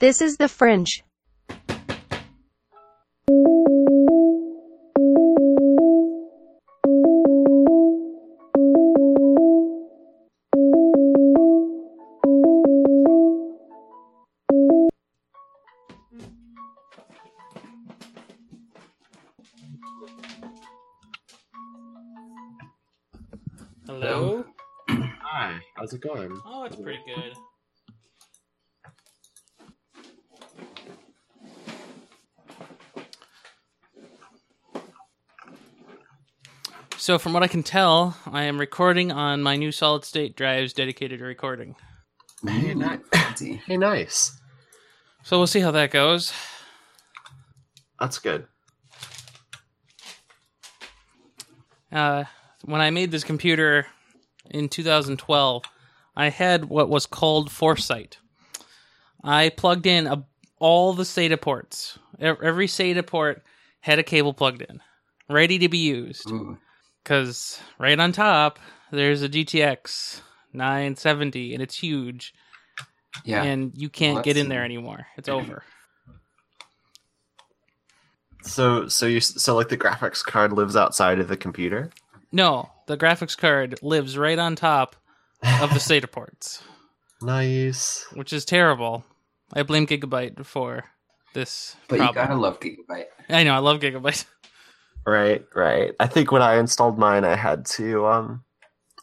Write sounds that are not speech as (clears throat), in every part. This is the fringe. Hello? Hi, how's it going? Oh, it's pretty good. So, from what I can tell, I am recording on my new solid state drives dedicated to recording. Hey, ni- Fancy. hey, nice. So, we'll see how that goes. That's good. Uh, when I made this computer in 2012, I had what was called Foresight. I plugged in a, all the SATA ports. E- Every SATA port had a cable plugged in, ready to be used. Ooh. Because right on top, there's a GTX 970, and it's huge, Yeah. and you can't Well, get in that's- there anymore. (clears throat) It's over. So, so you so like the graphics card lives outside of the computer. No, the graphics card lives right on top of (laughs) the SATA ports. Nice. which is terrible. I blame Gigabyte for this but you problem. gotta love Gigabyte. I know I love Gigabyte. Right, right. I think when I installed mine, I had to um,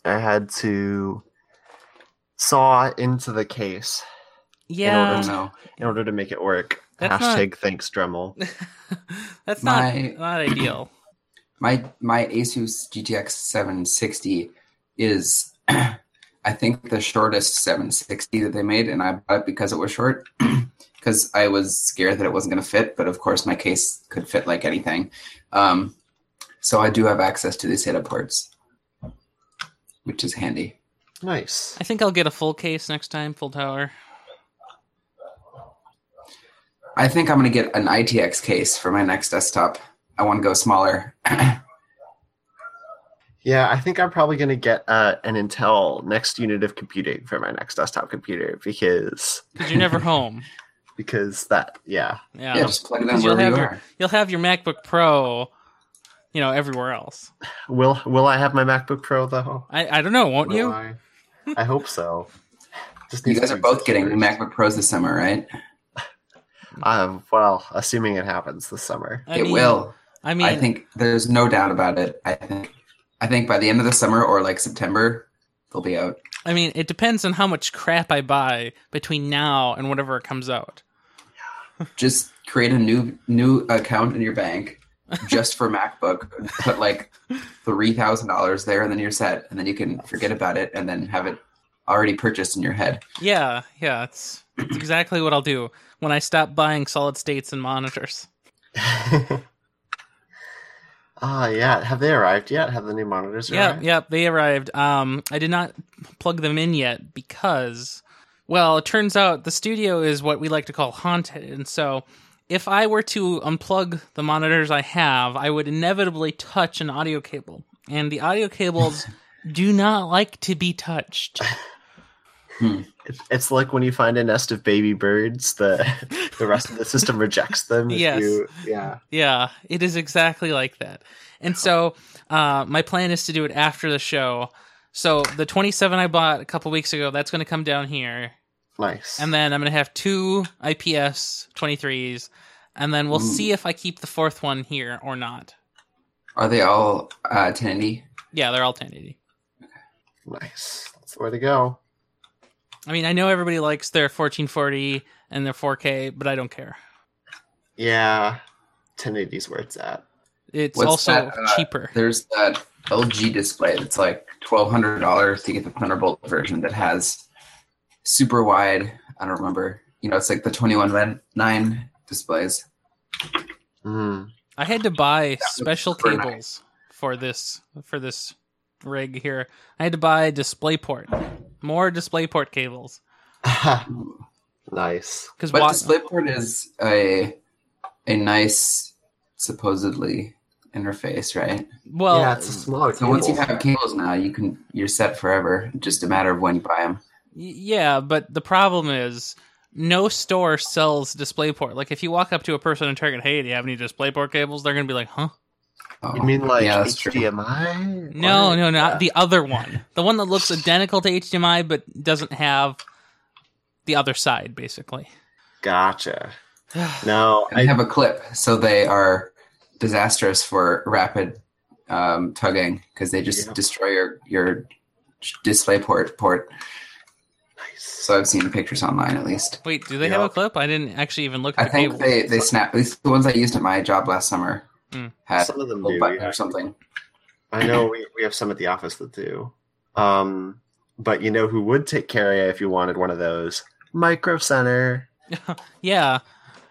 I had to saw into the case I Yeah, don't know. in order to make it work. That's not- Hashtag thanks Dremel. (laughs) that's not My- not ideal. My my Asus GTX 760 is (clears throat) I think the shortest 760 that they made, and I bought it because it was short. (clears throat) Because I was scared that it wasn't going to fit, but of course my case could fit like anything. Um, so I do have access to these SATA ports, which is handy. Nice. I think I'll get a full case next time, full tower. I think I'm going to get an ITX case for my next desktop. I want to go smaller. (clears throat) Yeah, I think I'm probably gonna get uh, an Intel Next Unit of Computing for my next desktop computer because 'Cause You're (laughs) never home. because that yeah Yeah, yeah, just plug it in You'll wherever you have your- are. you'll have your MacBook Pro, you know, everywhere else. will will I have my MacBook Pro though? I I don't know, won't Will you? uh, I? I hope so. Just You need guys to are both getting exist first. MacBook Pros this summer, right? Uh, well, assuming it happens this summer. (laughs) I it mean- will. I I, mean, think there's no doubt about it. I think I think by the end of the summer or like September, they'll be out. I mean, it depends on how much crap I buy between now and whenever it comes out. Just create a new new account in your (laughs) bank just for MacBook. Put like three thousand dollars there, and then you're set. And then you can forget about it, and then have it already purchased in your head. Yeah, yeah, it's, it's exactly what I'll do when I stop buying solid states and monitors. Ah, yeah. Have they arrived yet? Have the new monitors Yeah, arrived? yeah, they arrived. Um, I did not plug them in yet because, well, it turns out the studio is what we like to call haunted, and so if I were to unplug the monitors I have, I would inevitably touch an audio cable, and the audio cables do not like to be touched. It's, it's like when you find a nest of baby birds, the (laughs) the rest of the (laughs) system rejects them. if Yes. you- yeah. Yeah, it is exactly like that. And so, uh, my plan is to do it after the show. So the 27 I bought a couple weeks ago, that's going to come down here. Nice. and then I'm gonna have two IPS 23s, and then we'll Ooh. see if I keep the fourth one here or not. Are they all uh, 1080? Yeah, they're all 1080. nice. That's the way to go. I mean, I know everybody likes their 1440 and their 4K, but I don't care. Yeah. 1080 is where it's at. It's What's also that, uh, cheaper. There's that LG display that's like twelve hundred dollars to get the Thunderbolt version that has super wide. I don't remember. You know, it's like the twenty-one by nine displays. Mm. I had to buy looks special super cables for this for this rig here. I had to buy DisplayPort, more DisplayPort cables (laughs) nice. because But DisplayPort is a a nice, supposedly interface, right? well, yeah, it's a smaller So once you cable. have cables now, you can you're set forever. Just a matter of when you buy them. Y- Yeah, but the problem is no store sells DisplayPort. Like if you walk up to a person in Target, hey, do you have any DisplayPort cables? They're gonna be like, huh? Oh, You mean like yeah, that's true. HDMI? No, Or- no, not the other one. The one that looks identical to HDMI but doesn't have the other side, basically. Gotcha. No, I I have a clip, so they are disastrous for rapid um, tugging because they just Yeah. destroy your your display port port. So I've seen pictures online, at least. Wait, do they have a Yeah. clip? I didn't actually even look at I the think cable. they they snap. At least the ones I used at my job last summer Hmm. had some of a them do. little button yeah. or something. I know we, we have some at the office that do. Um, but you know who would take care of you if you wanted one of those? Micro Center. Yeah.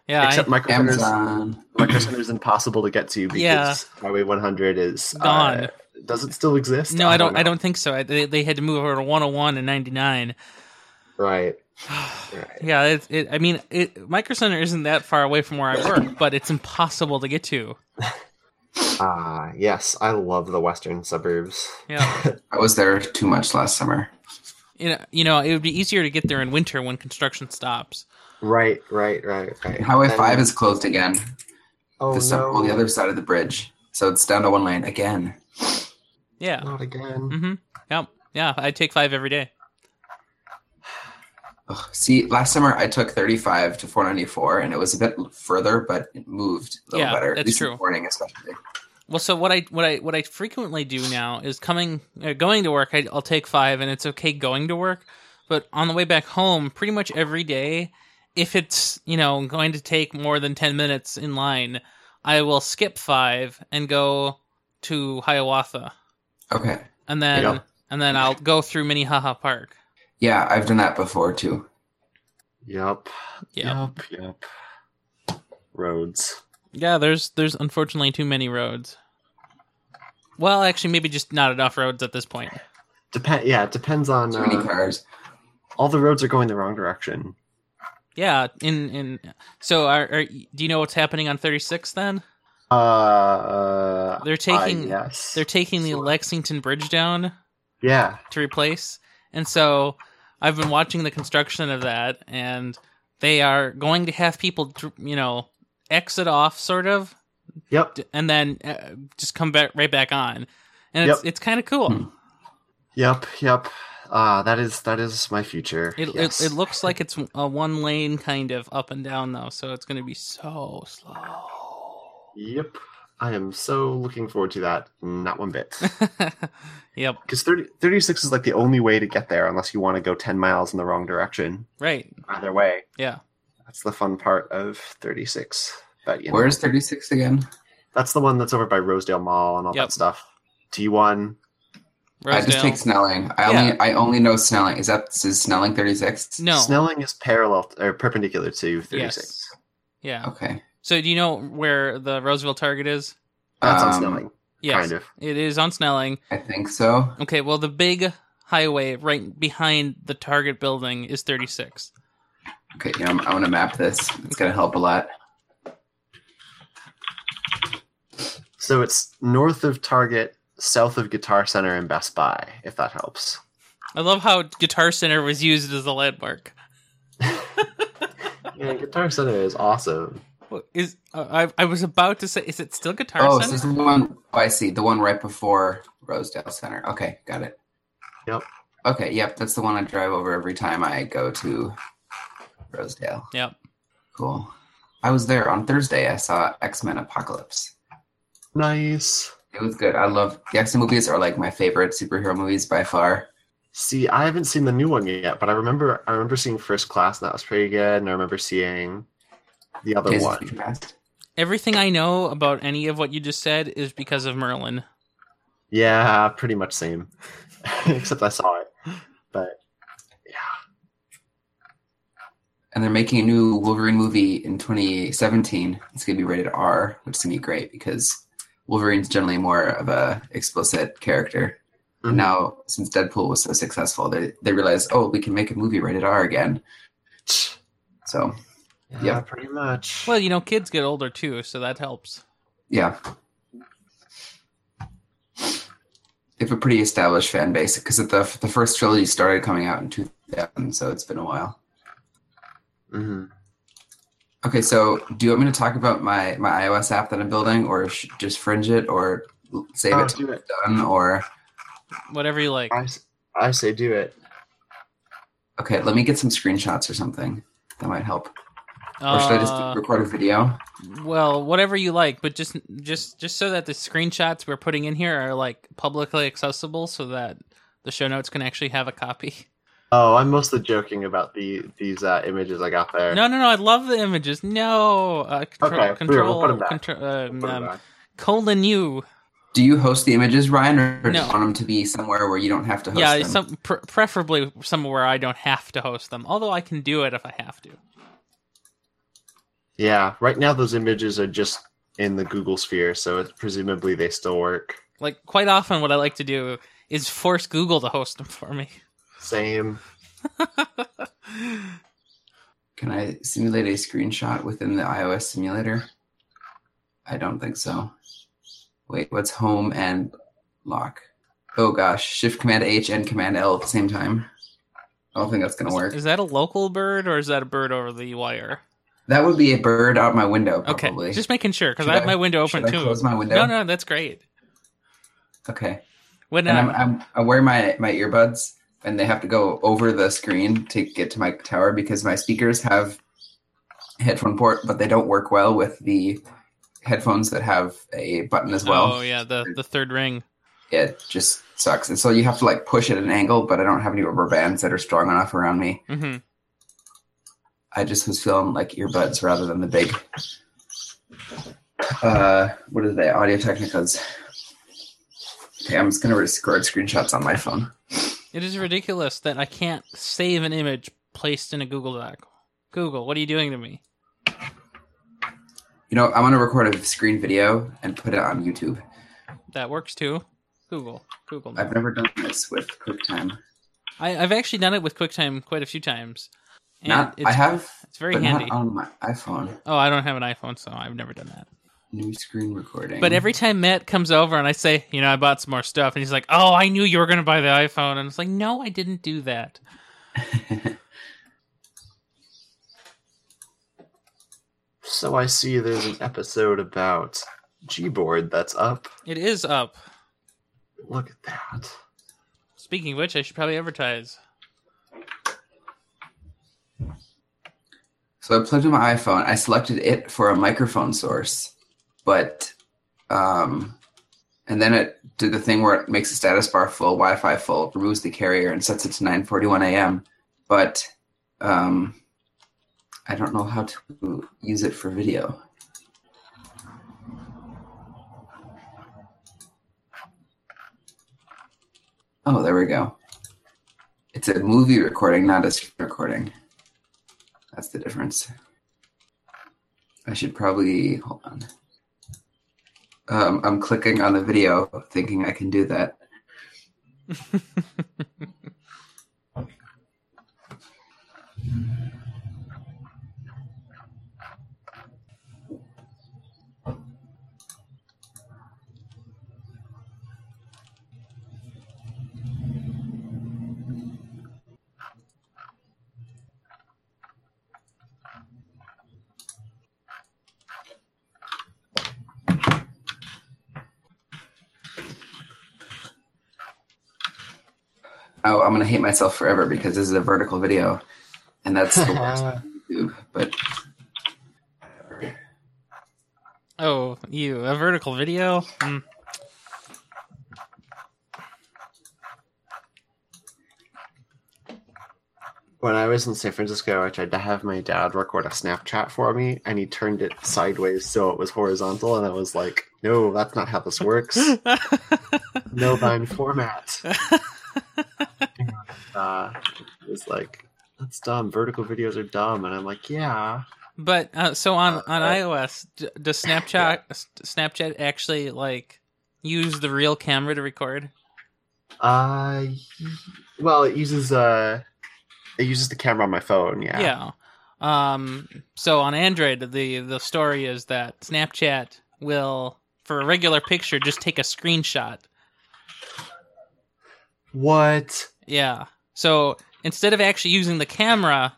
Yeah. I- Except Micro Center's, Amazon. Micro Center's impossible to get to because Yeah. Highway 100 is uh, Gone. does it still exist? no, I don't I know. don't think so. I, they, they had to move over to 101 and 99. Right. Right. Yeah, it, it, I mean, it, Micro Center isn't that far away from where I work, but it's impossible to get to. Ah, yes. I love the western suburbs. Yeah, I was there too much last summer. you know, you know, it would be easier to get there in winter when construction stops. Right, right, right, right. Highway And- five is closed again. oh, this sum- no, on the other side of the bridge, so it's down to one lane again. Yeah. Not again. Mm-hmm. Yep. Yeah, I take five every day. Ugh, See, last summer I took 35 to 494, and it was a bit further, but it moved a little Yeah, better. that's at least in true. the morning, especially. Well, so what I what I what I frequently do now is coming uh, going to work. I, I'll take five, and it's okay going to work. But on the way back home, pretty much every day, if it's you know going to take more than ten minutes in line, I will skip five and go to Hiawatha, Okay. and then Yeah. and then I'll go through Minnehaha Park. Yeah, I've done that before too. Yep. Yeah, Yep. Yep. Roads. yeah. There's there's unfortunately too many roads. Well, actually, maybe just not enough roads at this point. Depend. Yeah, it depends on. Too many Uh, cars. all the roads are going the wrong direction. Yeah, in in so are, are do you know what's happening on 36 then? Uh, They're taking I, yes. they're taking the Lexington Bridge down yeah. to replace. And so I've been watching the construction of that and they are going to have people dr- you know exit off sort of Yep. d- and then uh, just come back right back on. And it's it's kind of cool. Hmm. Yep. Yep. Uh, that is that is my future. It, yes. it it looks like it's a one lane kind of up and down though, so it's going to be so slow. (laughs) Yep. I am so looking forward to that. Not one bit. (laughs) yep, Because 30, 36 is like the only way to get there unless you want to go 10 miles in the wrong direction. right. Either way. Yeah. That's the fun part of 36. But you know, Where's 36 again? that's the one that's over by Rosedale Mall and all Yep. that stuff. T1. I just Rosedale. take Snelling. I Yeah. only I only know Snelling. Is that is Snelling 36? No. Snelling is parallel or perpendicular to 36. Yes. Yeah. Okay. So do you know where the Roseville Target is? That's on Um, Snelling, Yes. kind of. It is on Snelling. I think so. Okay, well the big highway right behind the Target building is 36. Okay, you know, I'm, I want to map this. It's gonna help a lot. So it's north of Target, south of Guitar Center and Best Buy, if that helps. I love how Guitar Center was used as a landmark. Yeah, Guitar Center is awesome. What Is uh, I I was about to say is it still Guitar oh, so Center? this is the one. Oh, I see. The one right before Rosedale Center. Okay, got it. Yep. Okay, yep. That's the one I drive over every time I go to Rosedale. Yep. Cool. I was there on Thursday. I saw X Men Apocalypse. Nice. It was good. I love the X Men movies are like my favorite superhero movies by far. See, I haven't seen the new one yet, but I remember I remember seeing First Class, and that was pretty good, and I remember seeing the other Days of one. Future Past. Everything I know about any of what you just said is because of Merlin. Yeah, pretty much same, (laughs) except I saw it. But And they're making a new Wolverine movie in 2017. It's going to be rated R, which is going to be great because Wolverine's generally more of a explicit character. Mhm. And now, since Deadpool was so successful, they, they realized, oh, we can make a movie rated R again. So, yeah, Yeah. pretty much. Well, you know, kids get older too, so that helps. yeah. They have a pretty established fan base because the, the first trilogy started coming out in 2000, so it's been a while. hmm Okay, so do you want me to talk about my my iOS app that I'm building, or sh- just fringe it, or l- save Oh, it till do it. done, or Whatever you like. I, s- I say do it. okay, let me get some screenshots or something that might help. Or should I Uh, just record a video? well, whatever you like, but just just just so that the screenshots we're putting in here are like publicly accessible, so that the show notes can actually have a copy. Oh, I'm mostly joking about the these uh, images I got there. No, no, no! I love the images. No, uh, control, Okay, we will control, put 'em back. control, um, Put 'em um, back. colon U. Do you host the images, Ryan, or do you No. want them to be somewhere where you don't have to host Yeah, them? some pr- preferably somewhere I don't have to host them. Although I can do it if I have to. Yeah, right now those images are just in the Google sphere, so it's presumably they still work. Like quite often, what I like to do is force Google to host them for me. Same. Can I simulate a screenshot within the iOS simulator? I don't think so. Wait, what's home and lock? Oh gosh, Shift Command H and Command L at the same time. I don't think that's gonna work. Is that a local bird or is that a bird over the wire? That would be a bird out my window, Okay, probably. just making sure because Should I have I- my window open Should I too. close my window? No, no, that's great. Okay. When And I'm, uh, I'm, I wear my, my earbuds, and they have to go over the screen to get to my tower because my speakers have headphone port, but they don't work well with the headphones that have a button as well. oh yeah, the the third ring. It just sucks. And so you have to like push at an angle, but I don't have any rubber bands that are strong enough around me. hmm I just was feeling like earbuds rather than the big. Uh, what are they? Audio Technicas. Okay, I'm just gonna record screenshots on my phone. It is ridiculous that I can't save an image placed in a Google Doc. Google, what are you doing to me? You know, I'm gonna record a screen video and put it on YouTube. That works too. Google, Google. I've never done this with QuickTime. I, I've actually done it with QuickTime quite a few times, and Not, it's, I have, it's very but handy. not on my iPhone. Oh, I don't have an iPhone, so I've never done that. New screen recording. But every time Matt comes over and I say, you know, I bought some more stuff, and he's like, "Oh, I knew you were going to buy the iPhone," and it's like, "No, I didn't do that." So I see there's an episode about Gboard that's up. It is up. Look at that. Speaking of which, I should probably advertise. So I plugged in my iPhone. I selected it for a microphone source, but um, and then it did the thing where it makes the status bar full, Wi-Fi full, removes the carrier, and sets it to 9:41 a.m. But um, I don't know how to use it for video. Oh, there we go. It's a movie recording, not a screen recording. That's the difference. I should probably hold on. Um, I'm clicking on the video, thinking I can do that. Oh, I'm gonna hate myself forever because this is a vertical video, and that's the worst on YouTube. But Oh, you a vertical video? Mm. When I was in San Francisco, I tried to have my dad record a Snapchat for me, and he turned it sideways so it was horizontal, and I was like, no, that's not how this works. no line format. Uh, it was like, that's dumb. Vertical videos are dumb. And I'm like, yeah. But uh, so on on Uh, iOS, d- does Snapchat Snapchat actually like use the real camera to record? Uh, well, it uses uh, it uses the camera on my phone. Yeah. Yeah. Um. So on Android, the the story is that Snapchat will, for a regular picture, just take a screenshot. What? Yeah. So instead of actually using the camera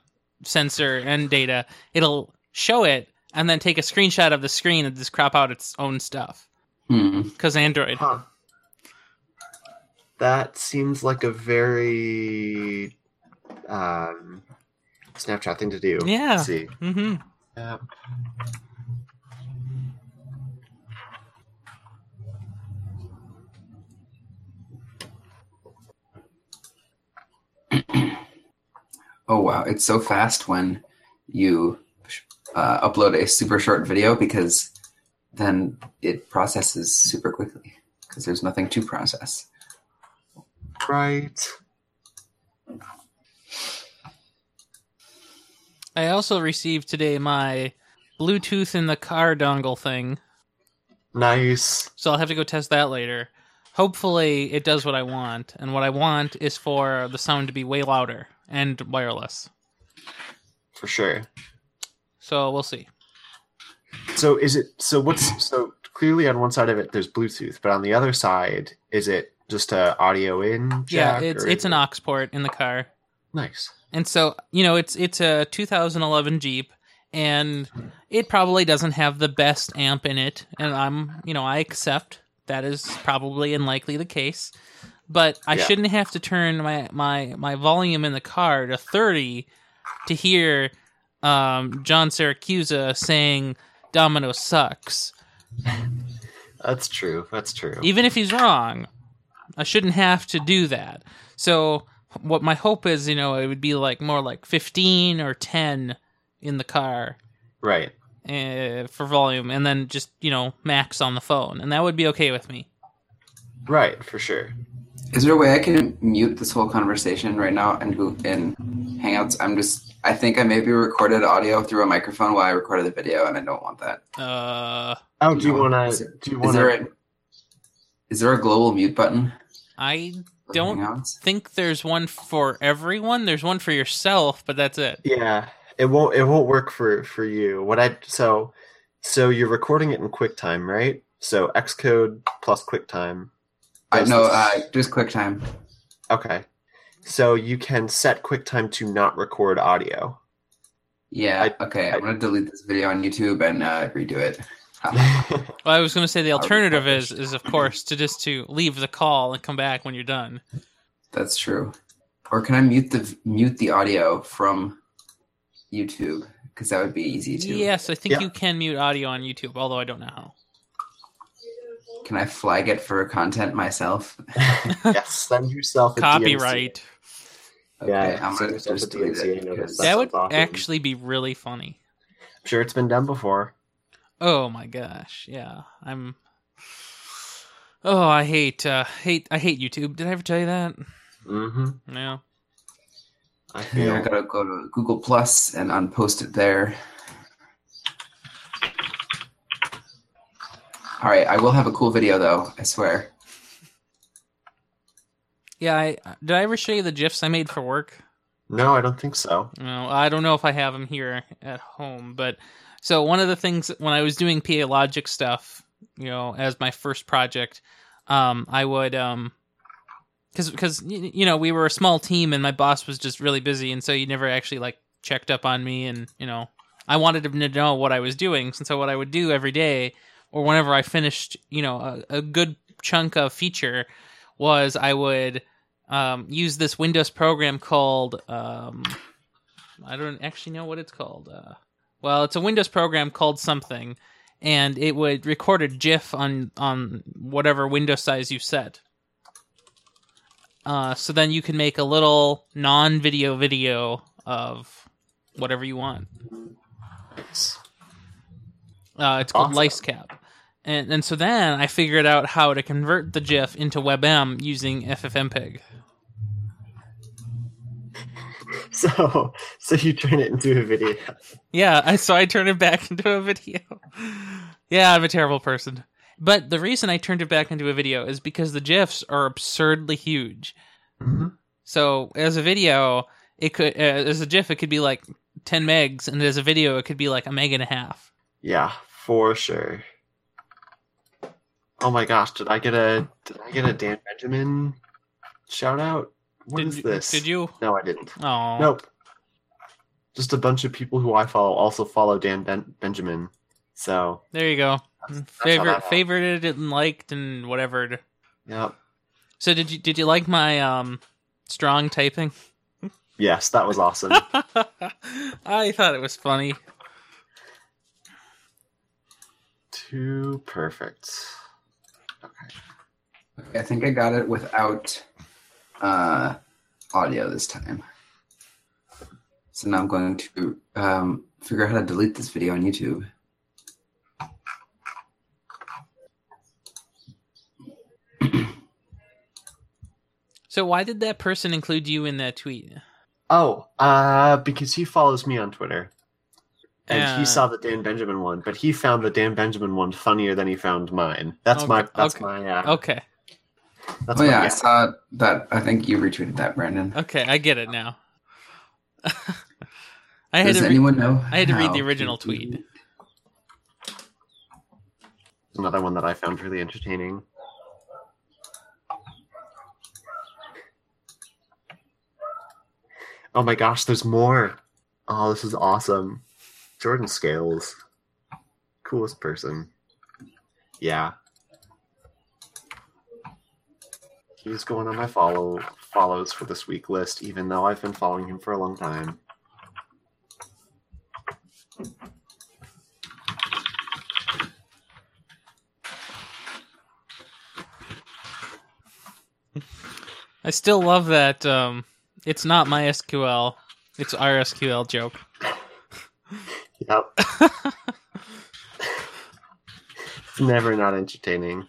sensor and data, it'll show it and then take a screenshot of the screen and just crop out its own stuff. Hmm. Because Android. Huh. That seems like a very um, Snapchat thing to do. Yeah. See. hmm Yeah. Oh wow, it's so fast when you uh, upload a super short video because then it processes super quickly because there's nothing to process. Right. I also received today my Bluetooth in the car dongle thing, Nice. so I'll have to go test that later. Hopefully, it does what I want, and what I want is for the sound to be way louder and wireless. For sure. So we'll see. So is it so what's so clearly on one side of it there's Bluetooth, but on the other side, is it just a audio in? yeah, jack, it's or it's is an it- aux port in the car. nice. And so, you know, it's it's a 2011 Jeep and it probably doesn't have the best amp in it and I'm, you know, I accept that is probably and likely the case. But I Yeah. shouldn't have to turn my my my volume in the car to 30 to hear um, John Syracusa saying Domino sucks. That's true. That's true. Even if he's wrong, I shouldn't have to do that. So what my hope is, you know, it would be like more like 15 or 10 in the car right. uh, for volume and then just, you know, max on the phone and that would be okay with me. Right, for sure. Is there a way I can mute this whole conversation right now and go in Hangouts? I'm just. I think I maybe recorded audio through a microphone while I recorded the video, and I don't want that. Uh Oh, do you No. wanna Is it- do you Is there a wanna is there a global mute button? I for Don't- Hangouts? think there's one for everyone. There's one for yourself, but that's it. Yeah, it won't it won't work for for you. What I so so you're recording it in QuickTime, right? So Xcode plus QuickTime. I does know. this- Uh, just QuickTime. Okay. So you can set QuickTime to not record (laughs) audio. Yeah. okay. I, am gonna delete this video on YouTube and uh, redo it. Well, I was going to say the Already alternative is published. is of course to just to leave the call and come back when you're done. That's true. Or can I mute the mute the audio from YouTube? Because that would be easy too. Yes, I think Yeah. you can mute audio on YouTube, although I don't know how. Can I flag it for content myself? yes, send yourself a DMCA. Copyright. Okay, Yeah, I'm send gonna yourself a just delete DMCA notice. it. because- That's that would awesome. actually be really funny. I'm sure it's been done before. Oh my gosh, yeah. I'm. Oh, I hate, uh, hate, I hate YouTube. Did I ever tell you that? Mm-hmm. No. I feel Yeah, I gotta go to Google Plus and unpost it there. All right, I will have a cool video though. I swear. Yeah, I did. I ever show you the gifs I made for work? no, I don't think so. No, I don't know if I have them here at home, but so one of the things when I was doing PA Logic stuff, you know, as my first project, um, I would um, because because you know we were a small team and my boss was just really busy, and so he never actually like checked up on me, and you know, I wanted him to know what I was doing, and so what I would do every day or whenever I finished, you know, a, a good chunk of feature was I would um, use this Windows program called um, I don't actually know what it's called. Uh, well, it's a Windows program called something, and it would record a GIF on on whatever window size you set. Uh, so then you can make a little non-video video of whatever you want. It's- Uh, it's called Awesome. LiceCap. And, and so then I figured out how to convert the GIF into WebM using FFmpeg. So so you turn it into a video. Yeah, I, so I turned it back (laughs) into a video. yeah, I'm a terrible person. But the reason I turned it back into a video is because the GIFs are absurdly huge. Mhm. So as a video, it could uh, as a GIF, it could be like 10 megs, and as a video, it could be like a meg and a half. Yeah, for sure. Oh my gosh, did I get a did I get a Dan Benjamin shout out? What did, is you- this? Did you? No, I didn't. Oh, Nope. just a bunch of people who I follow also follow Dan ben- Benjamin. So, There you go. Mm, That's- that's how Favorite, that happened. favorited, and liked, and whatever. yeah. So did you did you like my um strong typing? (laughs) Yes, that was awesome. I thought it was funny. Too perfect. I think I got it without uh, audio this time. So now I'm going to um, figure out how to delete this video on YouTube. So why did that person include you in that tweet? Oh, uh, because he follows me on Twitter. And Uh, he saw the Dan Benjamin one, but he found the Dan Benjamin one funnier than he found mine. That's Okay, my that's okay, my uh, Okay, that's oh my yeah, I guess. saw that. I think you retweeted that, Brandon. okay, I get it now. (laughs) I had Does to re- anyone know? I had to read how the original to do tweet. it? Another one that I found really entertaining. Oh my gosh, there's more. Oh, this is awesome. Jordan Scales. Coolest person. Yeah. He's going on my follow follows for this week list, even though I've been following him for a long time. I still love that. Um, it's not my SQL. It's RSQL joke. Yep. (laughs) it's never not entertaining.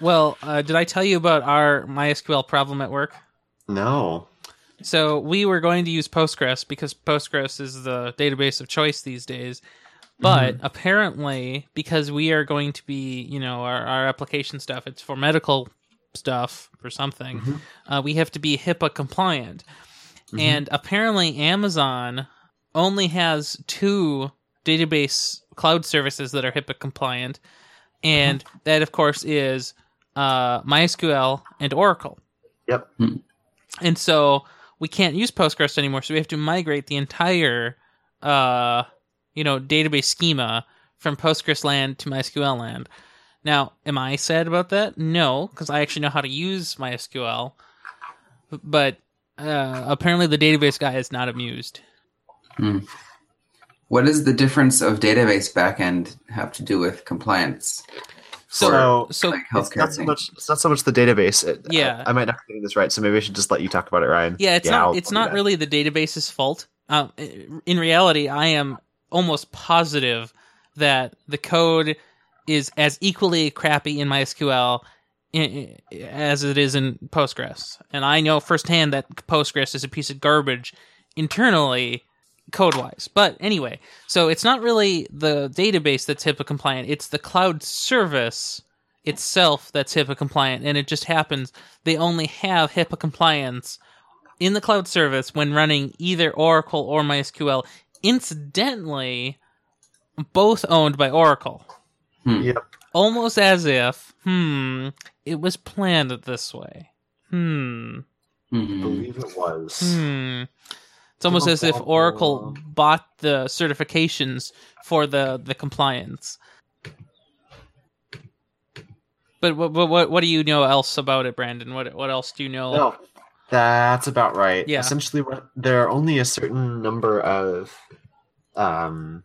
Well, uh, did I tell you about our MySQL problem at work? No. So we were going to use Postgres because Postgres is the database of choice these days. But apparently, because we are going to be, you know, our, our application stuff, it's for medical stuff or something, Mhm. uh, we have to be HIPAA compliant. Mhm. And apparently, Amazon only has two database cloud services that are HIPAA compliant. And that, of course, is uh, MySQL and Oracle. Yep. Hmm. And so we can't use Postgres anymore. So we have to migrate the entire, uh, you know, database schema from Postgres land to MySQL land. Now, am I sad about that? No, because I actually know how to use MySQL. But uh, apparently, the database guy is not amused. What does the difference of database backend have to do with compliance? So, So- so like It's healthcare not so thing? much. It's not so much the database. It- Yeah. I, I might not be getting this right, so maybe I should just let you talk about it, Ryan. yeah, it's not. I'll- It's I'll do not that. really the database's fault. Um, in reality, I am almost positive that the code is as equally crappy in MySQL i- i- as it is in Postgres, and I know firsthand that Postgres is a piece of garbage internally code wise. But anyway, so it's not really the database that's HIPAA compliant, it's the cloud service itself that's HIPAA compliant. And it just happens they only have HIPAA compliance in the cloud service when running either Oracle or MySQL. Incidentally, both owned by Oracle. Hmm. Yep. Almost as if, hmm, it was planned this way. Hmm. I Mhm. believe it was. Hmm. It's almost as if Oracle bought the certifications for the, the compliance. But what, what what what do you know else about it, Brandon? What what else do you know? No, that's about right. Yeah. Essentially, what there are only a certain number of um,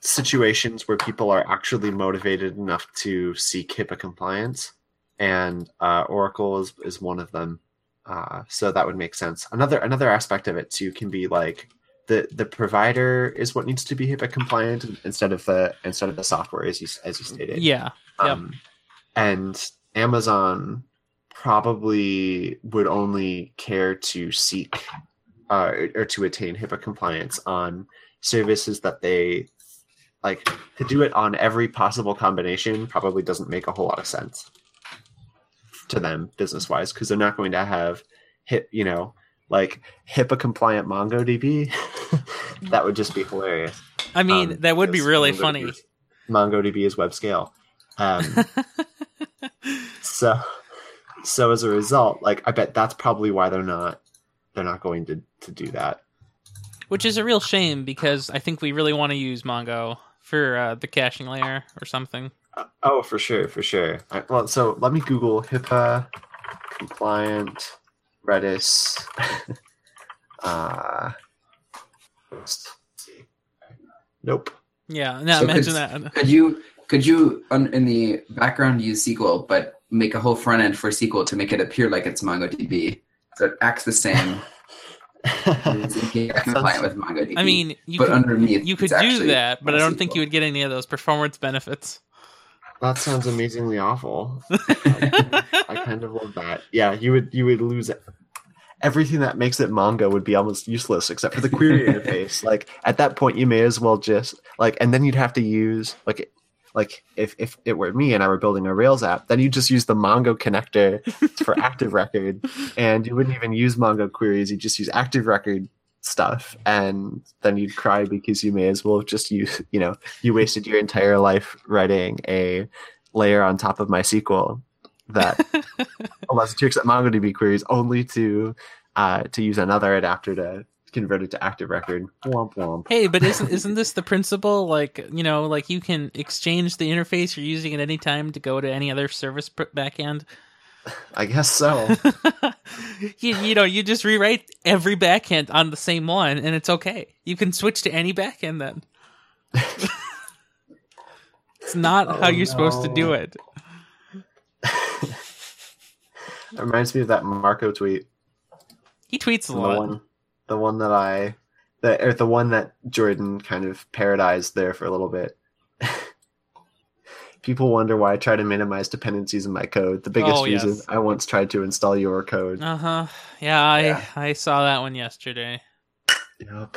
situations where people are actually motivated enough to seek HIPAA compliance, and uh, Oracle is, is one of them. Uh, so that would make sense. Another another aspect of it too can be like the the provider is what needs to be HIPAA compliant instead of the instead of the software as you as you stated. Yeah. Yep. Um, and Amazon probably would only care to seek uh, or- or to attain HIPAA compliance on services that they like to do it on every possible combination probably doesn't make a whole lot of sense to them business wise because they're not going to have hip you know like HIPAA compliant MongoDB (laughs) that would just be hilarious I mean, um, that would be because really MongoDB funny. is- MongoDB is web scale. (laughs) Um, so, so as a result, like I bet that's probably why they're not they're not going to to do that. which is a real shame because I think we really want to use Mongo for uh, the caching layer or something. Uh, Oh, for sure, for sure. I, well, so let me Google HIPAA compliant Redis. (laughs) uh, let's see. Nope. (laughs) Yeah, now So imagine it's- that. Could you could you un, in the background use SQL, but make a whole front end for SQL to make it appear like it's MongoDB, so it acts the same, it's (laughs) compliant with MongoDB. I mean, you but could, underneath, you could it's do actually that, but I don't think MySQL. you would get any of those performance benefits. that sounds amazingly awful. I, I kind of love that. Yeah, you would you would lose everything that makes it Mongo would be almost useless except for the query interface. Like at that point, you may as well just like, and then you'd have to use like. Like if, if it were me and I were building a Rails app, then you would just use the Mongo connector for Active Record, and you wouldn't even use Mongo queries. You would just use Active Record stuff, and then you'd cry because you may as well have just use you know you wasted your entire life writing a layer on top of MySQL that (laughs) allows you to accept MongoDB queries only to uh, to use another adapter to convert it to Active Record. Womp womp. Hey, but isn't isn't this the principle? Like you know, like you can exchange the interface you're using at any time to go to any other service pr- backend. I guess so. (laughs) (laughs) you, you know, you just rewrite every backend on the same one, and it's okay. You can switch to any backend then. (laughs) it's not how Oh, you're supposed to no. do it. It reminds me of that Marco tweet. He tweets a the lot. one the one that I the or the one that Jordan kind of paradised there for a little bit. (laughs) People wonder why I try to minimize dependencies in my code. The biggest Oh, yes. reason I once tried to install your code. Uh huh. Yeah, I Yeah. I saw that one yesterday. Yep.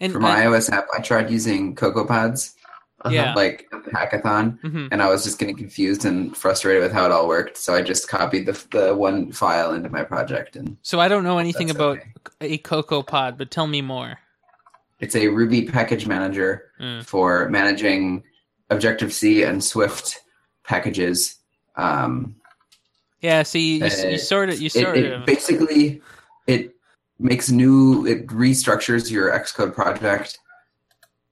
And For my iOS app, I tried using CocoaPods, Uh-huh. Yeah. like at the hackathon, hmm and I was just getting confused and frustrated with how it all worked. So I just copied the the one file into my project, and So I don't know anything That's about okay. a cocoa pod, but tell me more. it's a Ruby package manager Mm. for managing Objective C and Swift packages. Um, Yeah, see, you, Uh, you sort of, you it, sort it of, basically it makes new it restructures your xcode project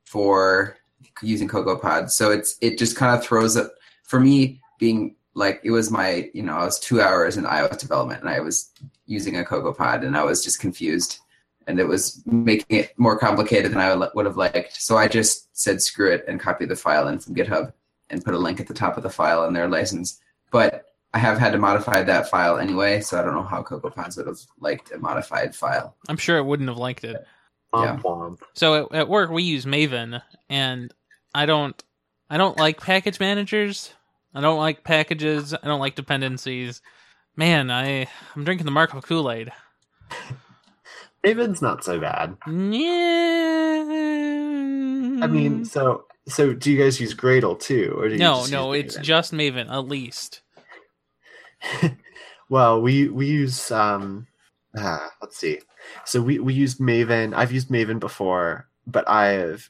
for using CocoaPods. so it's it just kind of throws it for me being like it was my you know i was two hours in ios development and i was using a CocoaPod and i was just confused and it was making it more complicated than i would- would have liked so i just said screw it and copied the file in from github and put a link at the top of the file in their license but I have had to modify that file anyway, so I don't know how CocoaPods would have liked a modified file. I'm sure it wouldn't have liked it. Yeah. Womp womp. So at, at work we use Maven, and I don't I don't like package managers. I don't like packages. I don't like dependencies. Man, I I'm drinking the Marco Kool Aid. Maven's not so bad. Yeah. I I mean, so so do you guys use Gradle too, or do you Mm. no, just no, use it's Maven? just Maven at least. (laughs) Well, we we use um ah, let's see. So we we use Maven. I've used Maven before, but I've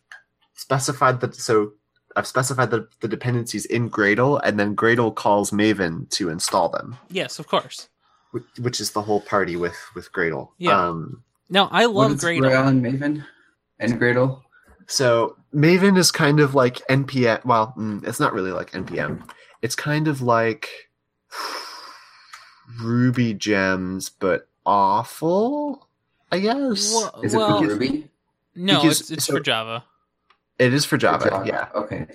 specified that so I've specified the, the dependencies in Gradle and then Gradle calls Maven to install them, Yes, of course. which, which is the whole party with with Gradle. Yeah. Um No, I love What is Gradle. Rail and Maven and Gradle. so Maven is kind of like npm, well, mm, it's not really like npm. It's kind of like (sighs) Ruby gems but awful, I guess. Wha- Is well, it for Ruby? no, because- it's, it's so- for Java. It is for Java, Java. yeah. Okay.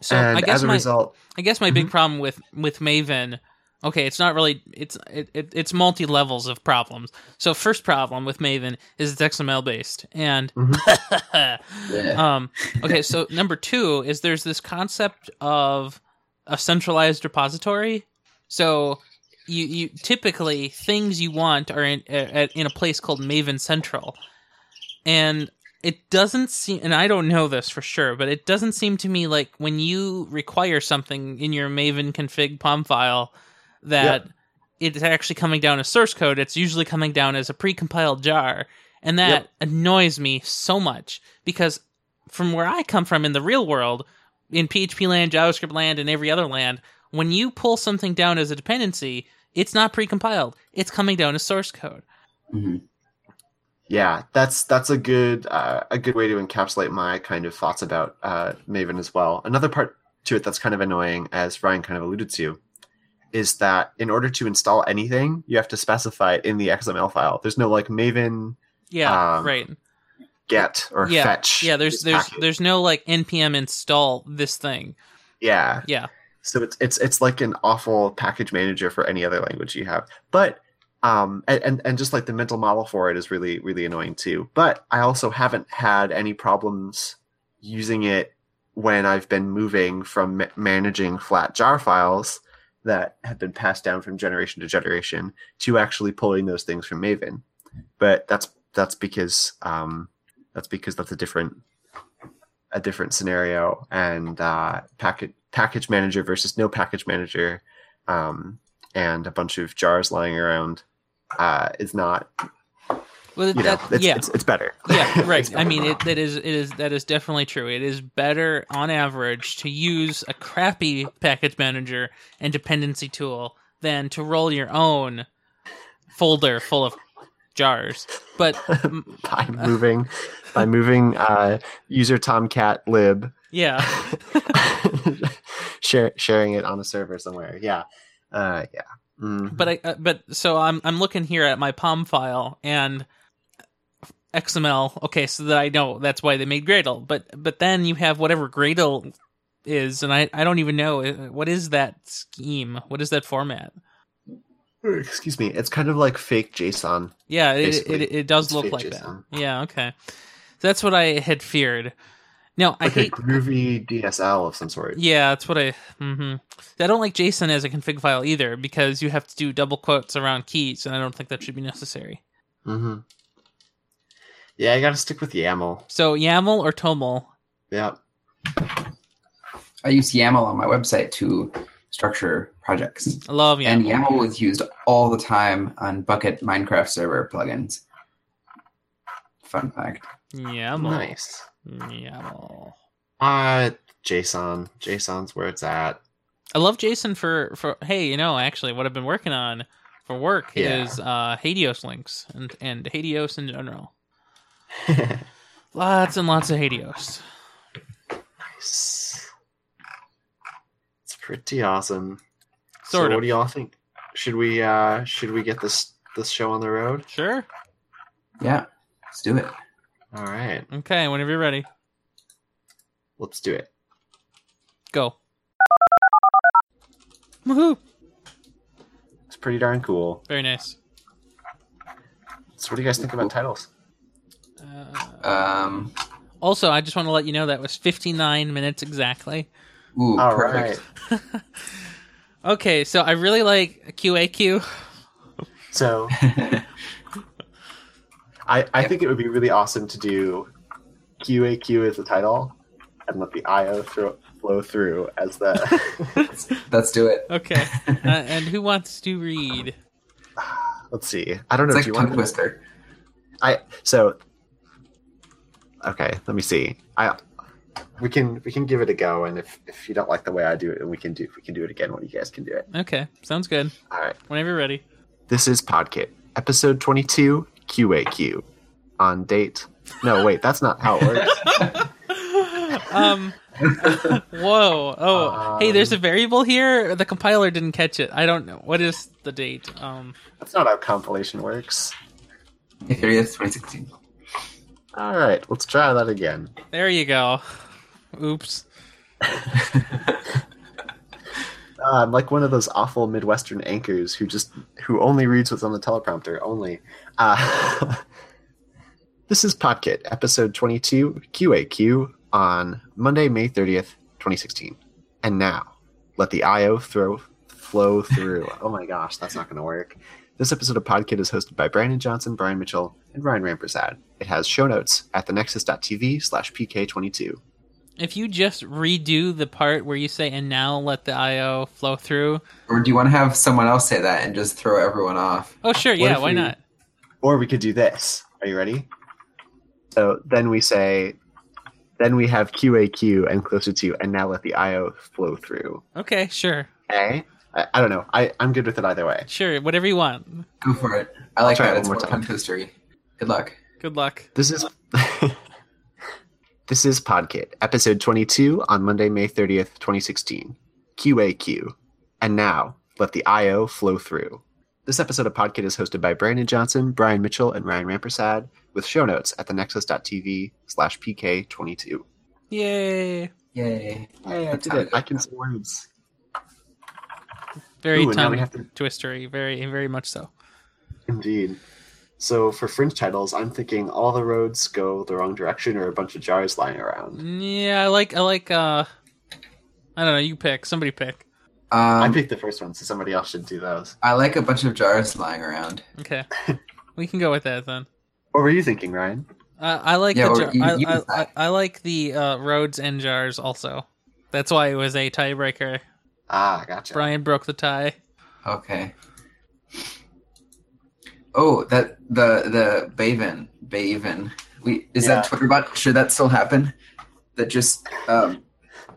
So and I guess as a my result, I guess my big problem with with Maven, okay, it's not really it's it, it, it's multi levels of problems. So first problem with Maven is it's XML based, and (laughs) um, okay, so number two is there's this concept of a centralized repository. So you you typically things you want are in at, in a place called Maven Central, and it doesn't seem and i don't know this for sure but it doesn't seem to me like when you require something in your maven config pom file that it's actually coming down as source code it's usually coming down as a precompiled jar and that Yep. annoys me so much because from where i come from in the real world in php land javascript land and every other land when you pull something down as a dependency it's not precompiled it's coming down as source code Mhm. yeah that's that's a good uh, a good way to encapsulate my kind of thoughts about uh, maven as well another part to it that's kind of annoying as ryan kind of alluded to is that in order to install anything you have to specify it in the xml file there's no like maven Yeah, Um, right. get or Yeah, fetch Yeah, there's this there's package. there's no like npm install this thing. yeah Yeah. So it's it's it's like an awful package manager for any other language you have. But um and, and, and just like the mental model for it is really, really annoying too. But I also haven't had any problems using it when I've been moving from ma- managing flat jar files that have been passed down from generation to generation to actually pulling those things from Maven. But that's that's because um, that's because that's a different a different scenario and uh, package package manager versus no package manager um, and a bunch of jars lying around uh, is not Well, you know that, it's, yeah. it's, it's better (laughs) yeah, (laughs) It's right. I better. mean, it, that is it is that is definitely true. It is better on average to use a crappy package manager and dependency tool than to roll your own folder full of jars. But mm, (laughs) by moving by moving uh, user tomcat lib (laughs) yeah, share, sharing it on a server somewhere yeah uh, yeah Mhm. but I uh, but so I'm I'm looking here at my POM file and XML. Okay, so that I know that's why they made Gradle. But but then you have whatever Gradle is, and I I don't even know uh, what is that scheme. What is that format? excuse me it's kind of like fake json Yeah, it, basically. it it does It's look fake like JSON. that. Yeah, okay. That's what I had feared. No, I like hate. a groovy dsl of some sort Yeah, that's what I. hmm I don't like JSON as a config file either because you have to do double quotes around keys, and I don't think that should be necessary. Mm-hmm. Yeah, I gotta stick with YAML. So YAML or TOML. Yeah. I use YAML on my website to structure projects. I love YAML. And YAML was used all the time on Bucket Minecraft server plugins. Fun fact. YAML. Nice. YAML. Uh JSON. JSON's where it's at. (laughs) I love JSON for for. Hey, you know, actually, what I've been working on for work Yeah. is uh Hadios links and and Hadios in general. Lots and lots of Hadios. nice. It's pretty awesome. so Sort what of. do y'all think? Should we uh should we get this this show on the road? Sure. Yeah, let's do it. All right. Okay, whenever you're ready, Let's do it. go. Woohoo! It's pretty darn cool. Very nice. So what do you guys think about titles? Uh, Um, also, I just want to let you know that was 59 minutes exactly. ooh, All right. perfect. Okay, so I really like QAQ. So I, I think it would be really awesome to do QAQ as the title and let the IO thro- flow through as the. (laughs) (laughs) let's do it. (laughs) (laughs) Okay, uh, and who wants to read? Let's see. I don't know It's like if you Tongue want. Twister. I so. Okay, let me see. I we can we can give it a go, and if if you don't like the way I do it, we can do we can do it again when you guys can do it. Okay, sounds good. All right. Whenever you're ready. This is Podkit, episode 22, QAQ, on date. No, wait, that's not how it (laughs) works. um. whoa. Oh. hey, there's a Um, variable here. The compiler didn't catch it. I don't know. What is the date? Um. (laughs) that's not how compilation works. May 30th, 2016. All right, let's try that again. There you go. Oops. Uh, I'm like one of those awful Midwestern anchors who just who only reads what's on the teleprompter. Only. Uh, (laughs) this is Podkit, episode 22, QAQ, on Monday, May 30th, 2016. And now, let the IO throw flow through. oh my gosh, that's not going to work. This episode of Podkit is hosted by Brandon Johnson, Brian Mitchell, and Ryan Rampersad. It has show notes at thenexus.tv slash pk22. If you just redo the part where you say "and now let the IO flow through," Or do you want to have someone else say that and just throw everyone off? oh sure, yeah, if why we- not? Or we could do this. Are you ready? So then we say, then we have QAQ and closer to, and now let the IO flow through. Okay, sure. Okay. I, I don't know. I, I'm good with it either way. Sure, whatever you want. Go for it. I like try that. it It's one more more time. time history. Good luck. Good luck. This is (laughs) This is Podkit, episode 22 on Monday, May 30th, 2016. QAQ. And now, let the IO flow through. This episode of Podkit is hosted by Brandon Johnson, Brian Mitchell, and Ryan Rampersad, with show notes at thenexus.tv slash pk22. Yay! Yay. Hey, I did it. I can say words. Very Ooh, and now tongue we have to- twistery. Very, very much so. Indeed. So for fringe titles, I'm thinking all the roads go the wrong direction or a bunch of jars lying around. Yeah, I like. I like. uh I don't know. You pick. Somebody pick. I Um, picked the first one, so somebody else should do those. I like a bunch of jars lying around. (laughs) Okay, we can go with that then. What were you thinking, Ryan? Uh, I like. Yeah, the well, jar- you- I, you I, I, decide. I like the uh, roads and jars also. That's why it was a tiebreaker. Ah, gotcha. Brian broke the tie. Okay. Oh, that the the Baven Baven. We is that Yeah. Twitter bot? Should that still happen? That just um,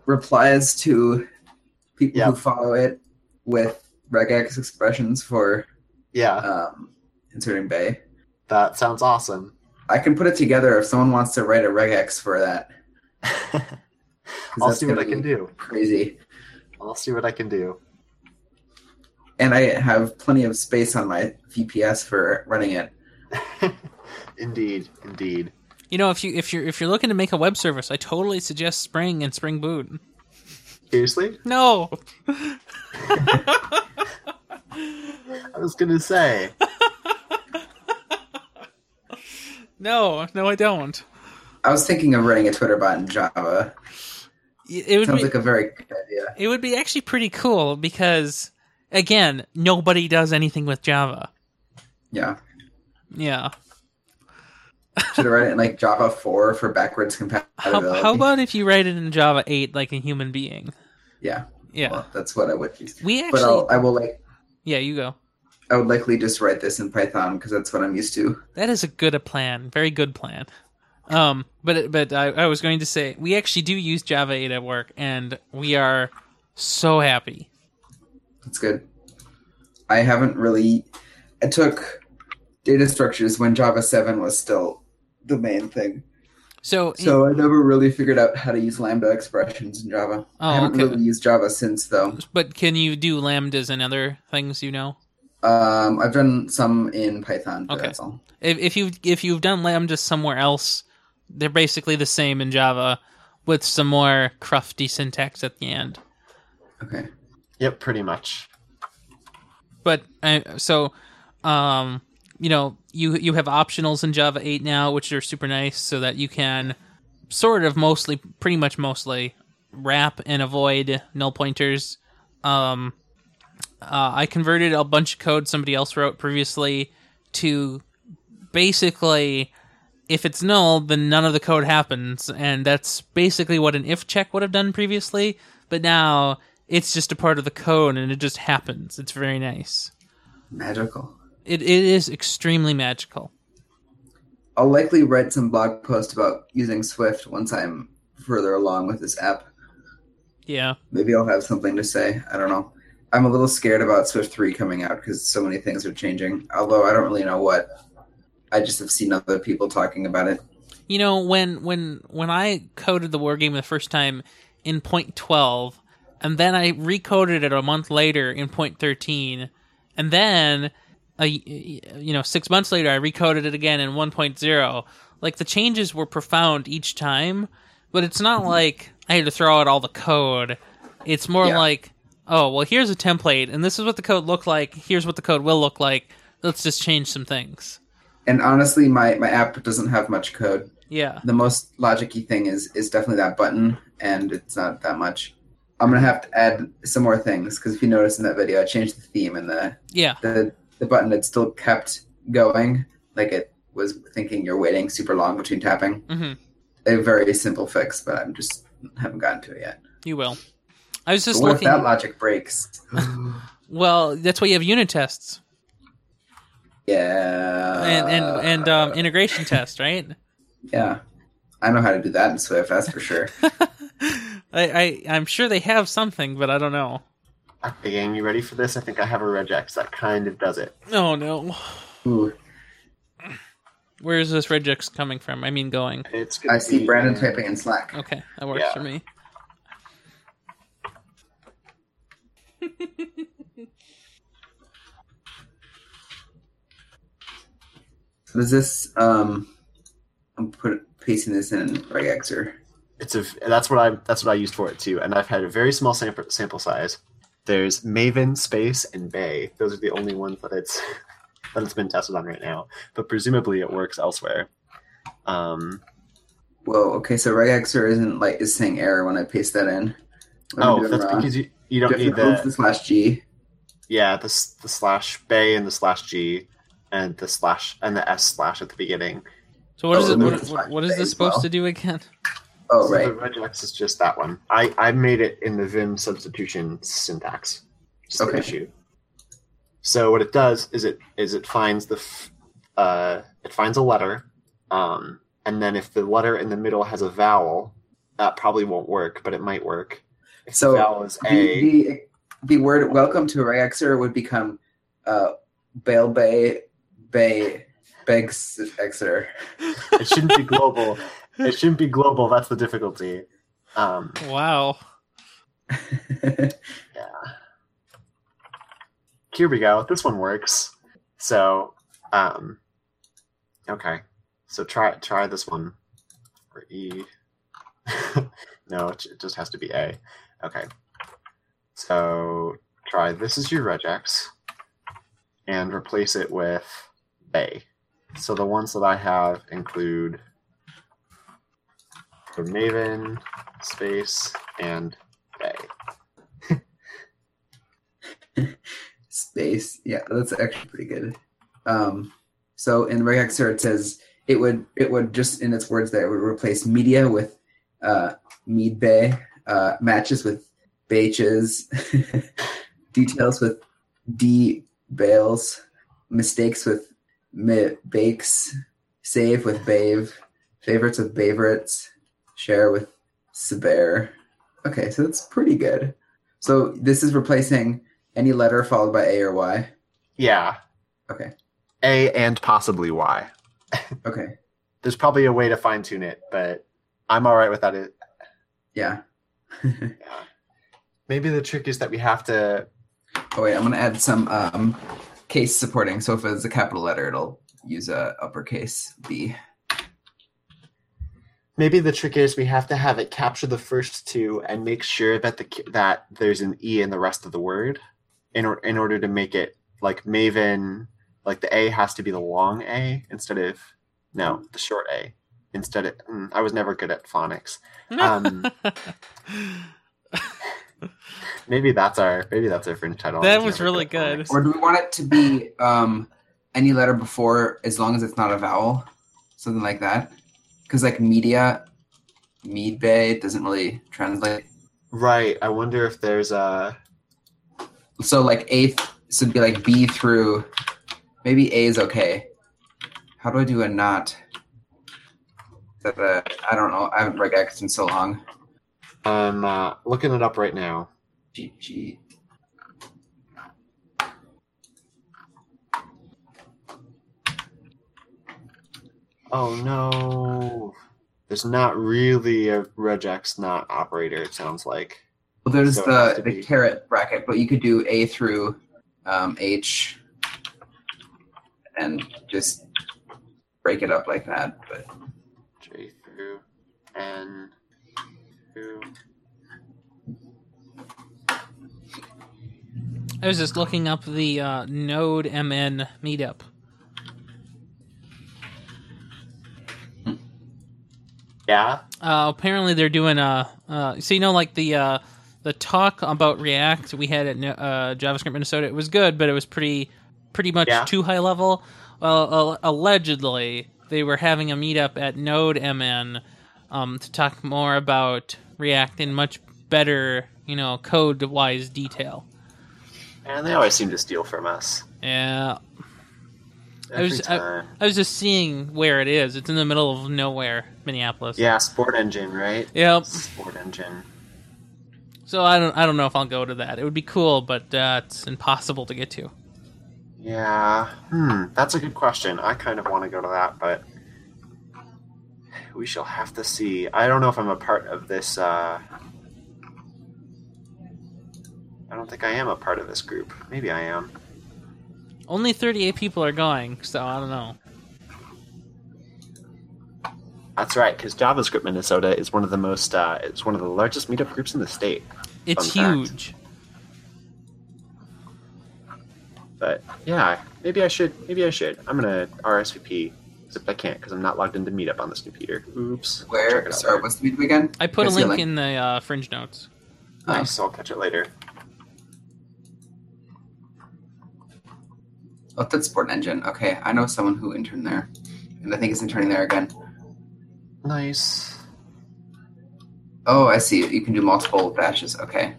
replies to people Yeah. who follow it with regex expressions for Yeah, um, inserting bay. that sounds awesome. I can put it together if someone wants to write a regex for that. (laughs) 'cause I'll that's see what gonna I can be do. Crazy. I'll see what I can do. And I have plenty of space on my VPS for running it. Indeed, indeed. You know, if you if you're if you're looking to make a web service, I totally suggest Spring and Spring Boot. Seriously, No, I was gonna say. no, no, I don't. I was thinking of running a Twitter bot in Java. Y- It would Sounds be like a very good idea. it would be actually pretty cool because again, nobody does anything with Java. Yeah. Yeah. Should have read it in like Java 4 for backwards How, compatibility. how about if you write it in Java 8 like a human being? Yeah. Yeah. Well, that's what I would use. We But I'll, actually I will like Yeah, you go. I would likely just write this in Python because that's what I'm used to. That is a good a plan, very good plan. Um, but but I, I was going to say we actually do use Java 8 at work, and we are so happy. That's good. I haven't really. I took data structures when Java 7 was still the main thing. So, So I never really figured out how to use lambda expressions in Java. Oh, I haven't okay. really used Java since though. but can you do lambdas and other things? You know, Um, I've done some in Python, but Okay. that's all. if if you if you've done lambdas somewhere else, they're basically the same in Java, with some more crufty syntax at the end. Okay. Yep, pretty much. but uh, so um you know you you have optionals in java 8 now which are super nice so that you can sort of mostly pretty much mostly wrap and avoid null pointers um uh, i converted a bunch of code somebody else wrote previously to basically if it's null then none of the code happens and that's basically what an if check would have done previously but now it's just a part of the code and it just happens it's very nice Magical. it, it is extremely magical I'll likely write some blog post about using Swift once I'm further along with this app. yeah Maybe I'll have something to say. I don't know. I'm a little scared about Swift 3 coming out because so many things are changing, although I don't really know what. I just have seen other people talking about it. you know when when when i coded the war game the first time in point 12 and then i recoded it a month later in point 13 and then a, you know 6 months later i recoded it again in 1.0 like the changes were profound each time but it's not like i had to throw out all the code it's more Yeah. like oh well here's a template and this is what the code looked like here's what the code will look like let's just change some things And honestly, my, my app doesn't have much code. yeah The most logic y thing is, is definitely that button, and it's not that much. I'm going to have to add some more things because if you notice in that video, I changed the theme and the yeah the the button had still kept going, like it was thinking you're waiting super long between tapping. mhm A very simple fix, but I'm just haven't gotten to it yet. You will. I was But just what if looking. that logic breaks? well, that's why you have unit tests Yeah. and and and um, integration tests, right? yeah, I know how to do that in (laughs) Swift. That's for sure. I, I I'm sure they have something, but I don't know. Okay, gang, you ready for this? I think I have a regex that kind of does it. Oh no. Ooh, Where is this regex coming from? I mean, going. It's gonna I see be- Brandon typing in Slack. Okay, that works Yeah. for me. So does this? Um, I'm put pasting this in regex or It's a that's what I that's what I used for it too, and I've had a very small sample sample size. There's Maven, Space, and Bay. Those are the only ones that it's (laughs) that it's been tested on right now. But presumably it works elsewhere. Um, Whoa, okay, so regexer isn't like is saying error when I paste that in. What am I oh, doing that's wrong? because you, you don't Different need codes the to slash G. yeah the s- the slash Bay and the slash G and the slash and the S slash at the beginning. So what is Oh, it? no, What, it's what, fine. what is There this as well. supposed to do again? (laughs) Oh So right. The regex is just that one. I, I made it in the Vim substitution syntax. Just Okay. an issue. So what it does is it is it finds the f- uh, it finds a letter, um, and then if the letter in the middle has a vowel, that probably won't work, but it might work. If So the vowel is The, a, the, the word welcome to regexer would become uh bail bay bay begs (laughs) exer. it shouldn't be global. It shouldn't be global. That's the difficulty. Um, Wow. here we go. This one works. So, um, okay. So try try this one or E. (laughs) no, it, it just has to be A. Okay. So try this is your regex, and replace it with A. So the ones that I have include the Maven, Space, and Bay. Space. Yeah, that's actually pretty good. Um so in regexer it says it would it would just in its words there it would replace media with uh mead bay, uh matches with baches, (laughs) details with d bales, mistakes with mi- bakes, save with bave, favorites with favorites, share with sever. Okay, so that's pretty good. So this is replacing any letter followed by A or Y. Yeah, Okay. A and possibly Y. Okay. there's probably a way to fine tune it, but I'm all right without it. Yeah. (laughs) Yeah. Maybe the trick is that we have to. Oh wait, I'm gonna add some um, case supporting. So if it's a capital letter, it'll use a uppercase B. Maybe the trick is we have to have it capture the first two and make sure that the ki- that there's an e in the rest of the word, in or, in order to make it like Maven, like the a has to be the long a instead of no the short a instead of. Mm, I was never good at (laughs) phonics. Uh. Um, maybe that's our maybe that's our fringe title. I That was never really at good. phonics. Or do we want it to be um, any letter before, as long as it's not a vowel, something like that? Because like media, mead bay doesn't really translate. Right. I wonder if there's a. So like A th- so it'd be like B through. Maybe A is okay. How do I do a not? Is that a, I don't know. I haven't read X in so long. I'm uh, looking it up right now. G G. Oh no. There's not really a regex not operator, it sounds like. Well, there's So it has the to the be- caret bracket, but you could do A through um, H, and just break it up like that. But J through N through I was just looking up the uh, Node MN meetup. Yeah. Uh, apparently, they're doing uh, uh, so you know, like the uh, the talk about React we had at uh, JavaScript Minnesota. It was good, but it was pretty pretty much Yeah. too high level. Well, uh, allegedly, they were having a meetup at Node MN um, to talk more about React in much better, you know, code wise detail. And they always seem to steal from us. Yeah, I Every was- I- time. I was just seeing where it is. It's in the middle of nowhere, Minneapolis. Yeah, Sport Engine, right? Yep. Sport Engine. So I don't I don't know if I'll go to that. It would be cool, but uh, it's impossible to get to. Yeah. Hmm. That's a good question. I kind of want to go to that, but we shall have to see. I don't know if I'm a part of this. Uh... I don't think I am a part of this group. Maybe I am. Only 38 people are going, so I don't know. That's right, because JavaScript Minnesota is one of the most. Uh, it's one of the largest meetup groups in the state. It's Fun fact. huge. But yeah, maybe I should. Maybe I should. I'm gonna RSVP. Except I can't because I'm not logged into Meetup on this computer. Oops. Check it Where? out Sorry, later. what's the meetup again? I put a What's the link in the uh, fringe notes. Oh. Nice. I'll catch it later. Oh, that's Sport Engine. Okay, I know someone who interned there, and I think it's interning there again. Nice. Oh, I see. You can do multiple batches. Okay.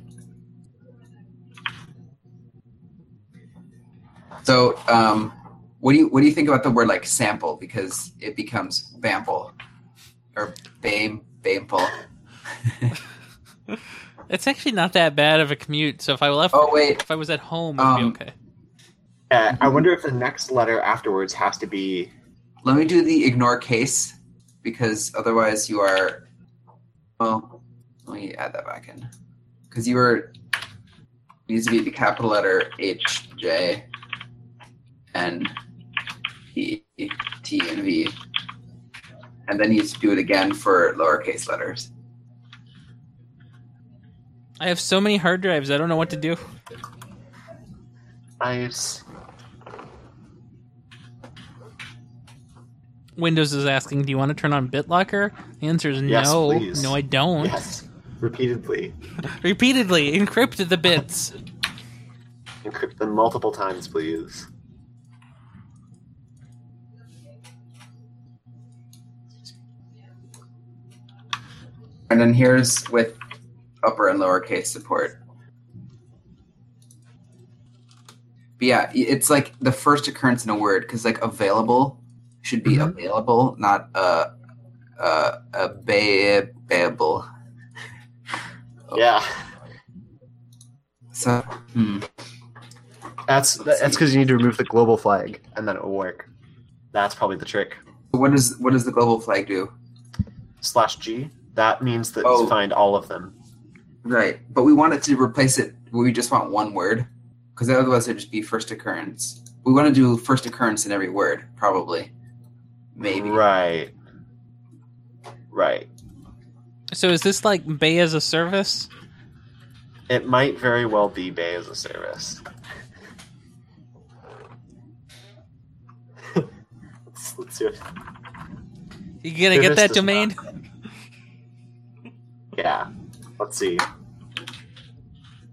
So, um, what do you what do you think about the word like sample because it becomes vample or bame bameful? It's actually not that bad of a commute. So if I left, Oh wait, if I was at home, it'd Um, be okay. Yeah, Uh, Mm-hmm. I wonder if the next letter afterwards has to be let me do the ignore case because otherwise you are. Well, let me add that back in because you were it needs to be the capital letter H J N E T and V, and then you just do it again for lowercase letters. I have so many hard drives. I don't know what to do. nice. Windows is asking, "Do you want to turn on BitLocker?" The answer is Yes, no. please. No, I don't. Yes. Repeatedly. Repeatedly encrypt the bits. Encrypt them multiple times, please. And then here's with upper and lowercase support. But yeah, i- it's like the first occurrence in a word because like available should be Mhm. available, not uh uh available. Oh. Yeah. So hmm. That's that's because you need to remove the global flag, and then it will work. That's probably the trick. what does what does the global flag do? Slash G. That means that Oh. you find all of them. Right, but we want it to replace it. We just want one word because otherwise it'd just be first occurrence. We want to do first occurrence in every word, probably, maybe. Right. Right. So is this like Bay as a service? It might very well be Bay as a service. (laughs) let's, let's do it. You gonna Service get that does domain? Yeah. Let's see.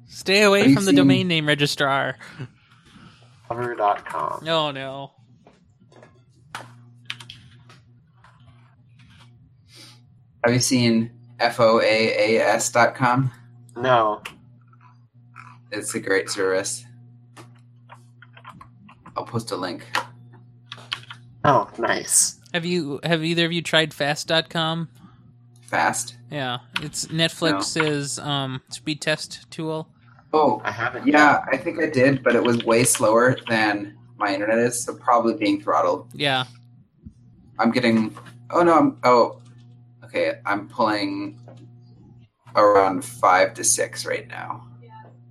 Stay away Are you from the seeing- domain name registrar. Hover.com. Oh no. Have you seen foaas.com? No. It's a great service. I'll post a link. Oh, nice. Have you have either of you tried fast.com? Fast. Yeah, it's Netflix's um, speed test tool. Oh, I haven't. yeah, I think I did, but it was way slower than my internet is, so probably being throttled. Yeah, I'm getting. Oh, no, I'm. Oh, okay. I'm pulling around 5 to 6 right now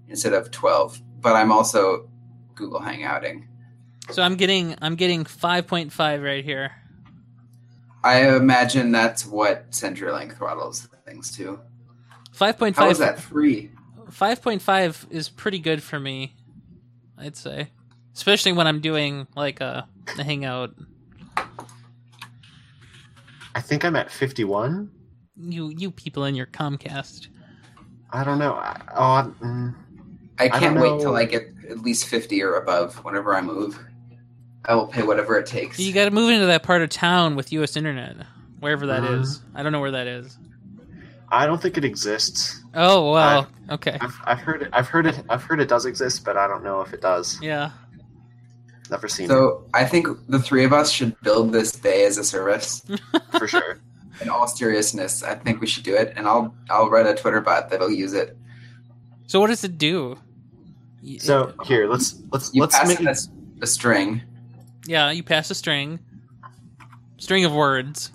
instead of 12, but I'm also Google Hangouting. so I'm getting I'm getting 5.5 right here. I imagine that's what CenturyLink throttles things to. How 5.5 is that free? 5.5 is pretty good for me, I'd say, especially when I'm doing like a, a hangout. I think I'm at 51. You you people in your Comcast. I don't know. I, oh, I'm- mm, I don't can't wait till know. I get at least 50 or above whenever I move. I will pay whatever it takes. You got to move into that part of town with U.S. internet, wherever that Mm-hmm. Mhm. is. I don't know where that is. I don't think it exists. Oh wow. Okay. I've, I've heard it. I've heard it. I've heard it does exist, but I don't know if it does. Yeah. Never seen so I think the three of us should build this day as (laughs) a service. it for sure. In all seriousness, I think we should do it, and I'll I'll write a Twitter bot that'll use it. So what does it do? (laughs) So here, let's let's You let's pass make it as a string. yeah, you pass a string, string of words,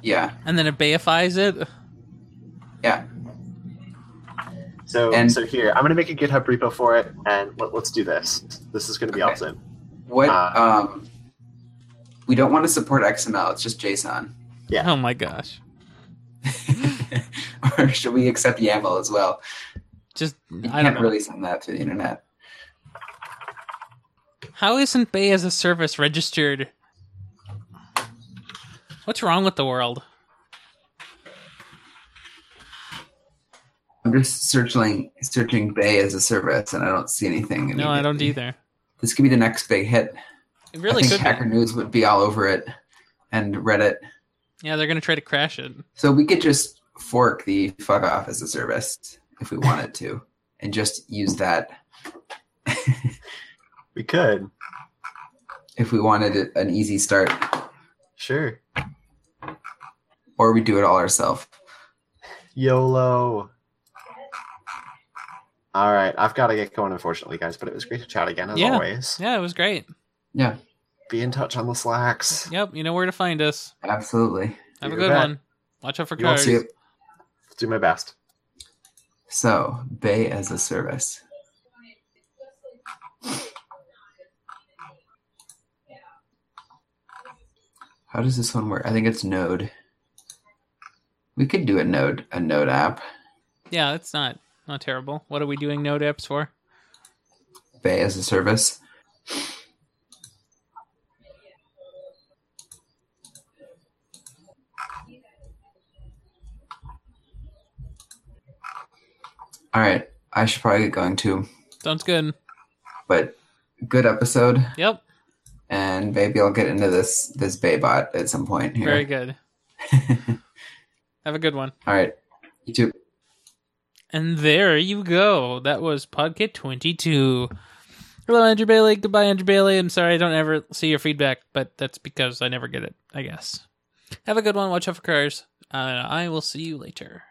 Yeah, and then it beifies it. yeah. so and- so here. I'm gonna make a GitHub repo for it, and let, let's do this. This is gonna be Okay. awesome. What? Uh, um, we don't want to support XML. It's (laughs) just JSON. (laughs) Yeah. Oh my gosh. or should we accept YAML as well? Just You I don't can't know. really send that to the internet. How isn't Bay as a service registered? What's wrong with the world? I'm just searching searching Bay as a service, and I don't see anything. No, I don't immediately. either. This could be the next big hit. It really I think could. Hacker Be. News would be all over it, and Reddit. Yeah, they're gonna try to crash it. So we could just fork the fuck off as a service if we wanted to, and just use that We could if we wanted it- an easy start, sure. or we do it all ourselves. YOLO. All right, I've got to get going, unfortunately, guys. But it was great to chat again, as Yeah. always. Yeah, it was great. Yeah, Be in touch on the slacks. Yep, you know where to find us. absolutely. Have You a good bet. one. Watch out for You won't cars. See Yep. it. Do my best. So Bay as a service. How does this one work? I think it's Node. We could do a Node a Node app. Yeah, it's not not terrible. What are we doing node apps for? Bay as a service. All right, I should probably get going too, Sounds good. but good episode, Yep, and maybe I'll get into this this Baybot at some point here. very (laughs) good. Have a good one. All right, you too. And there you go. That was Podkit 22. Hello, Andrew Bailey. Goodbye, Andrew Bailey. I'm sorry I don't ever see your feedback, but that's because I never get it, I guess. Have a good one. Watch out for cars. Uh, I will see you later.